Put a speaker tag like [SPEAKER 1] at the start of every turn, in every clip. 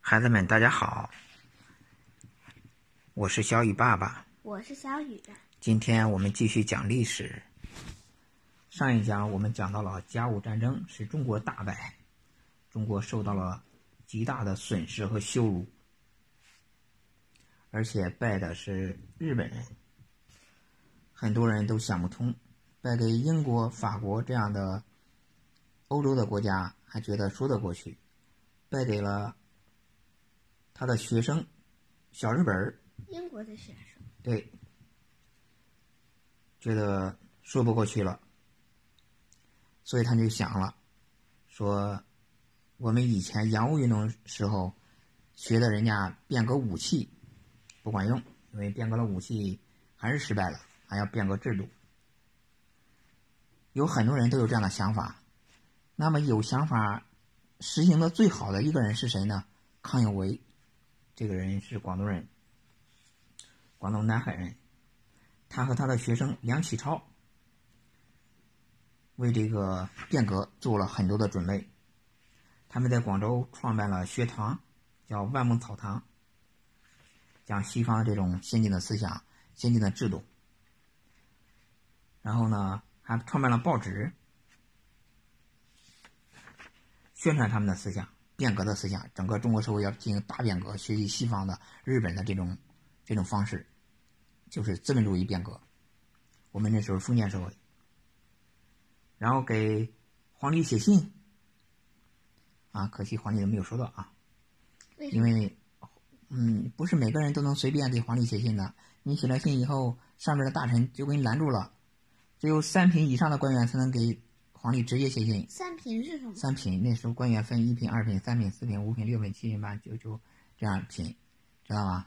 [SPEAKER 1] 孩子们，大家好，我是小雨爸爸。
[SPEAKER 2] 我是小雨。
[SPEAKER 1] 今天我们继续讲历史。上一讲我们讲到了甲午战争使中国大败，中国受到了极大的损失和羞辱，而且败的是日本人。很多人都想不通，败给英国、法国这样的欧洲的国家还觉得说得过去，败给了他的学生小日本儿，
[SPEAKER 2] 英国的学生，
[SPEAKER 1] 对，觉得说不过去了，所以他就想了，说我们以前洋务运动时候学的人家变革武器不管用，因为变革了武器还是失败了，还要变革制度。有很多人都有这样的想法，那么有想法实行的最好的一个人是谁呢？康有为，这个人是广东人。广东南海人，他和他的学生梁启超为这个变革做了很多的准备。他们在广州创办了学堂，叫万木草堂，讲西方这种先进的思想、先进的制度。然后呢，还创办了报纸，宣传他们的思想、变革的思想。整个中国社会要进行大变革，学习西方的、日本的这种这种方式，就是资本主义变革。我们那时候封建社会，然后给皇帝写信，啊，可惜皇帝都没有收到啊，
[SPEAKER 2] 为什
[SPEAKER 1] 因
[SPEAKER 2] 么？
[SPEAKER 1] 为，嗯，不是每个人都能随便给皇帝写信的。你写了信以后，上面的大臣就给你拦住了，只有三品以上的官员才能给皇帝直接写信。
[SPEAKER 2] 三品是什么？
[SPEAKER 1] 三品那时候官员分一品、二品、三品、四品、五品、六品、七品、八品、九九这样品，知道吗？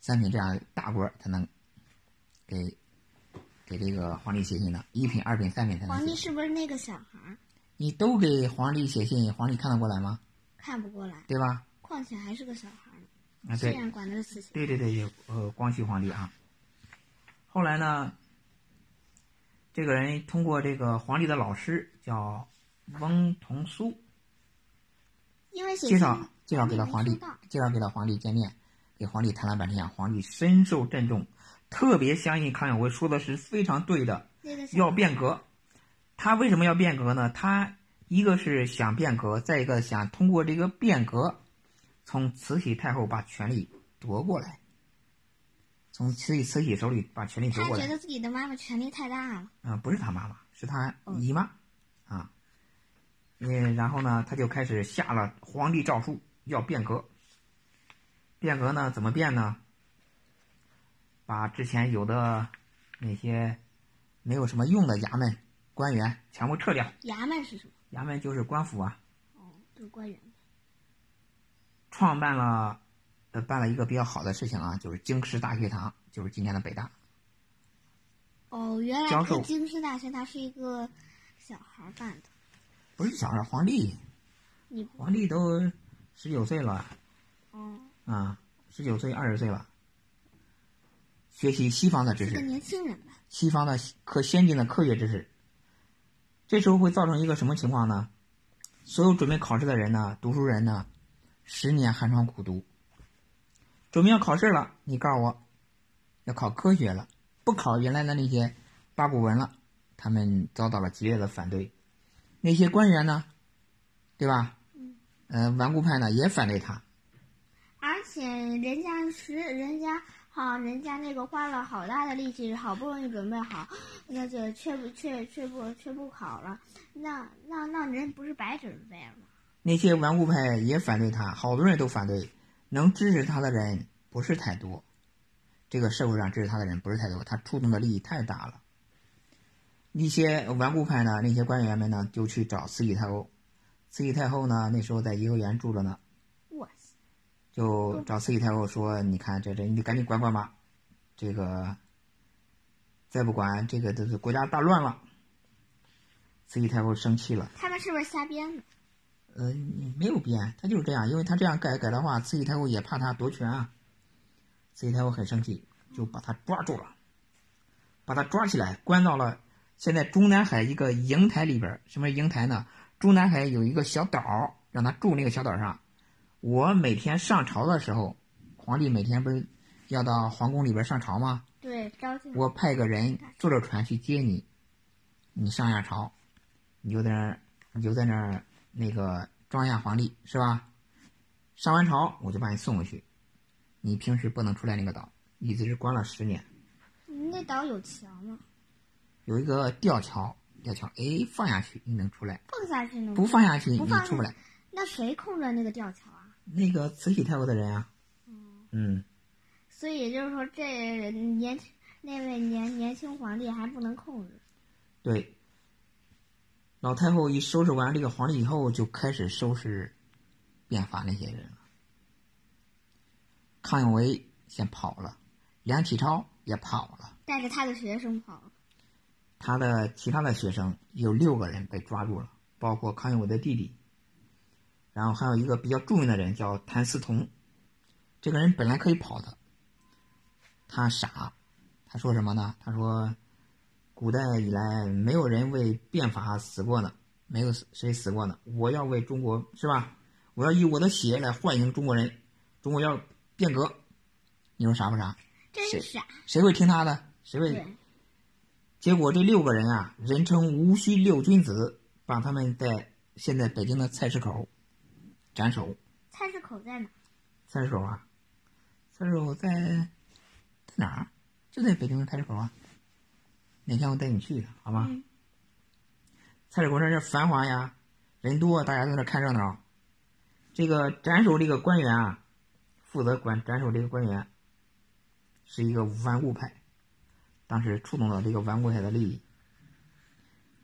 [SPEAKER 1] 三品这样大官儿才能给给这个皇帝写信的，一品、二品、三品才
[SPEAKER 2] 皇
[SPEAKER 1] 能
[SPEAKER 2] 帝
[SPEAKER 1] 写。
[SPEAKER 2] 是不是那个小孩儿？
[SPEAKER 1] 你都给皇帝写信，皇帝看得过来吗？
[SPEAKER 2] 看不过来，
[SPEAKER 1] 对吧？
[SPEAKER 2] 况且还是个小孩儿呢。
[SPEAKER 1] 啊，
[SPEAKER 2] 虽
[SPEAKER 1] 对。
[SPEAKER 2] 然管的是思想，
[SPEAKER 1] 对对对，呃，光绪皇帝啊。后来呢，这个人通过这个皇帝的老师叫翁同苏，
[SPEAKER 2] 因为写
[SPEAKER 1] 介
[SPEAKER 2] 信
[SPEAKER 1] 绍介绍给了皇帝
[SPEAKER 2] 没收到，
[SPEAKER 1] 介绍给了皇帝见面，给皇帝谈了半天，皇帝深受震动，特别相信康有为说的是非常对的，
[SPEAKER 2] 那个小
[SPEAKER 1] 要变革。他为什么要变革呢？他一个是想变革，再一个想通过这个变革，从慈禧太后把权力夺过来，从慈禧慈禧手里把权力夺
[SPEAKER 2] 他
[SPEAKER 1] 过来
[SPEAKER 2] 觉。得自己的妈妈权力太大了，
[SPEAKER 1] 啊、不是他妈妈，是他
[SPEAKER 2] 哦
[SPEAKER 1] 姨妈，啊，嗯，然后呢，他就开始下了皇帝诏书，要变革。变革呢，怎么变呢？把之前有的那些没有什么用的衙门官员全部撤掉，
[SPEAKER 2] 衙门是什么？
[SPEAKER 1] 衙门就是官府啊，
[SPEAKER 2] 哦，就是官员。
[SPEAKER 1] 创办了，呃，办了一个比较好的事情啊，就是京师大学堂，就是今天的北大。
[SPEAKER 2] 哦，原来
[SPEAKER 1] 教
[SPEAKER 2] 这
[SPEAKER 1] 授
[SPEAKER 2] 京师大学它是一个小孩儿办的，
[SPEAKER 1] 不是小孩儿，皇帝，
[SPEAKER 2] 你不
[SPEAKER 1] 皇帝都十九岁了。
[SPEAKER 2] 哦，
[SPEAKER 1] 啊，十九岁、二十岁了，学习西方的知
[SPEAKER 2] 是个
[SPEAKER 1] 识，
[SPEAKER 2] 年轻人吧？
[SPEAKER 1] 西方的科先进的科学知识。这时候会造成一个什么情况呢？所有准备考试的人呢，读书人呢，十年寒窗苦读，准备要考试了，你告诉我，要考科学了，不考原来的那些八股文了，他们遭到了激烈的反对。那些官员呢，对吧？嗯，呃，顽固派呢也反对他，
[SPEAKER 2] 而且人家是人家好，人家那个花了好大的力气，好不容易准备好，那就却不却却不却不考了，那那那人不是白准备了吗？
[SPEAKER 1] 那些顽固派也反对他，好多人都反对，能支持他的人不是太多。这个社会上支持他的人不是太多，他触动的利益太大了。一些顽固派呢，那些官员们呢，就去找慈禧太后。慈禧太后呢，那时候在颐和园住着呢，
[SPEAKER 2] 哇塞，
[SPEAKER 1] 就找慈禧太后说：“你看这这，你赶紧管管吧，这个再不管，这个都是国家大乱了。”慈禧太后生气了。
[SPEAKER 2] 他们是不是瞎编的？
[SPEAKER 1] 呃，你没有编，他就是这样，因为他这样改改的话，慈禧太后也怕他夺权啊。慈禧太后很生气，就把他抓住了，把他抓起来，关到了现在中南海一个瀛台里边儿。什么瀛台呢？中南海有一个小岛儿，让他住那个小岛上。我每天上朝的时候，皇帝每天不是要到皇宫里边上朝吗？
[SPEAKER 2] 对，招进
[SPEAKER 1] 我派个人坐着船去接你，你上下朝，你就在那儿，你就在那儿那个装一下皇帝是吧？上完朝我就把你送回去，你平时不能出来那个岛，一直是关了十年。
[SPEAKER 2] 那岛有桥吗？
[SPEAKER 1] 有一个吊桥，吊桥哎放下去你能出来，
[SPEAKER 2] 放下去能
[SPEAKER 1] 不放下去你
[SPEAKER 2] 不放下
[SPEAKER 1] 出不来。
[SPEAKER 2] 那谁控制那个吊桥啊？
[SPEAKER 1] 那个慈禧太后的人啊，嗯，
[SPEAKER 2] 所以也就是说，这年轻那位年年轻皇帝还不能控制。
[SPEAKER 1] 对。老太后一收拾完这个皇帝以后，就开始收拾变法那些人了。康有为先跑了，梁启超也跑了，
[SPEAKER 2] 带着他的学生跑了。
[SPEAKER 1] 他的其他的学生有六个人被抓住了，包括康有为的弟弟。然后还有一个比较著名的人叫谭嗣同，这个人本来可以跑的，他傻，他说什么呢？他说，古代以来没有人为变法死过呢，没有谁死过呢。我要为中国是吧？我要以我的血来唤醒中国人，中国要变革。你说傻不傻？
[SPEAKER 2] 真傻，
[SPEAKER 1] 谁会听他的？谁会？
[SPEAKER 2] 对，
[SPEAKER 1] 结果这六个人啊，人称无需六君子，把他们在现在北京的菜市口斩首。
[SPEAKER 2] 菜市口在哪？
[SPEAKER 1] 菜市口啊，菜市口在在哪儿？就在北京的菜市口啊。哪天我带你去一趟，好吗？
[SPEAKER 2] 嗯
[SPEAKER 1] 菜市口那是繁华呀，人多，大家都在那看热闹。这个斩首这个官员啊，负责管斩首这个官员是一个顽固派，当时触动了这个顽固派的利益。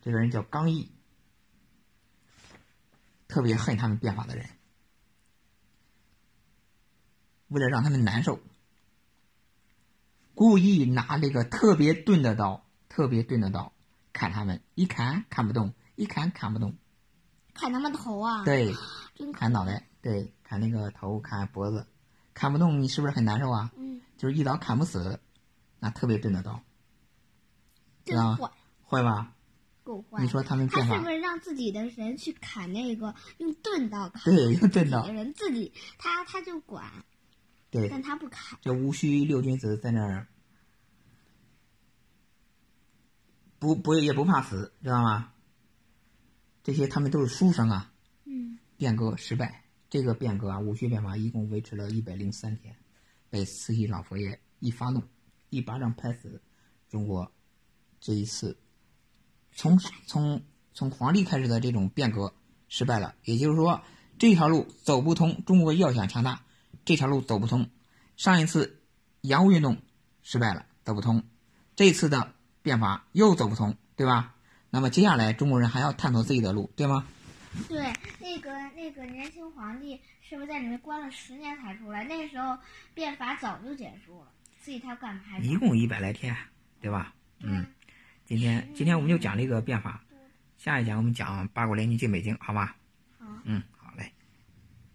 [SPEAKER 1] 这个人叫刚毅，特别恨他们变法的人，为了让他们难受，故意拿这个特别钝的刀，特别钝的刀砍他们，一砍砍不动，一砍砍不动，
[SPEAKER 2] 砍他们头啊！，
[SPEAKER 1] 对，
[SPEAKER 2] 真可
[SPEAKER 1] 砍脑袋，对，砍那个头，砍脖子，砍不动，你是不是很难受啊？
[SPEAKER 2] 嗯，
[SPEAKER 1] 就是一刀砍不死，拿特别钝的刀，
[SPEAKER 2] 真
[SPEAKER 1] 啊
[SPEAKER 2] 坏，
[SPEAKER 1] 坏吧？
[SPEAKER 2] 够坏。
[SPEAKER 1] 你说他们
[SPEAKER 2] 他
[SPEAKER 1] 变
[SPEAKER 2] 是
[SPEAKER 1] 法
[SPEAKER 2] 不，是让自己的人去砍那个用钝刀砍
[SPEAKER 1] 对，用钝
[SPEAKER 2] 自己
[SPEAKER 1] 刀
[SPEAKER 2] 的，人？自己他他就管，
[SPEAKER 1] 对，
[SPEAKER 2] 但他不砍。
[SPEAKER 1] 这无需六君子在那儿，不不也不怕死，知道吗？这些他们都是书生啊，
[SPEAKER 2] 嗯，
[SPEAKER 1] 变革失败。这个变革啊，戊戌变法一共维持了一百零三天，被慈禧老佛爷一发怒，一巴掌拍死。中国这一次从从从皇帝开始的这种变革失败了，也就是说这条路走不通。中国要想强大，这条路走不通。上一次洋务运动失败了，走不通；这次的变法又走不通，对吧？那么接下来中国人还要探索自己的路，对吗？
[SPEAKER 2] 对，那个那个年轻皇帝是不是在里面关了十年才出来？那时候变法早就结束了，所以他干嘛还？
[SPEAKER 1] 一共一百来天，对吧？嗯，今天今天我们就讲这个变法，下一讲我们讲八国联军进北京，好吗？
[SPEAKER 2] 好
[SPEAKER 1] 嗯，好。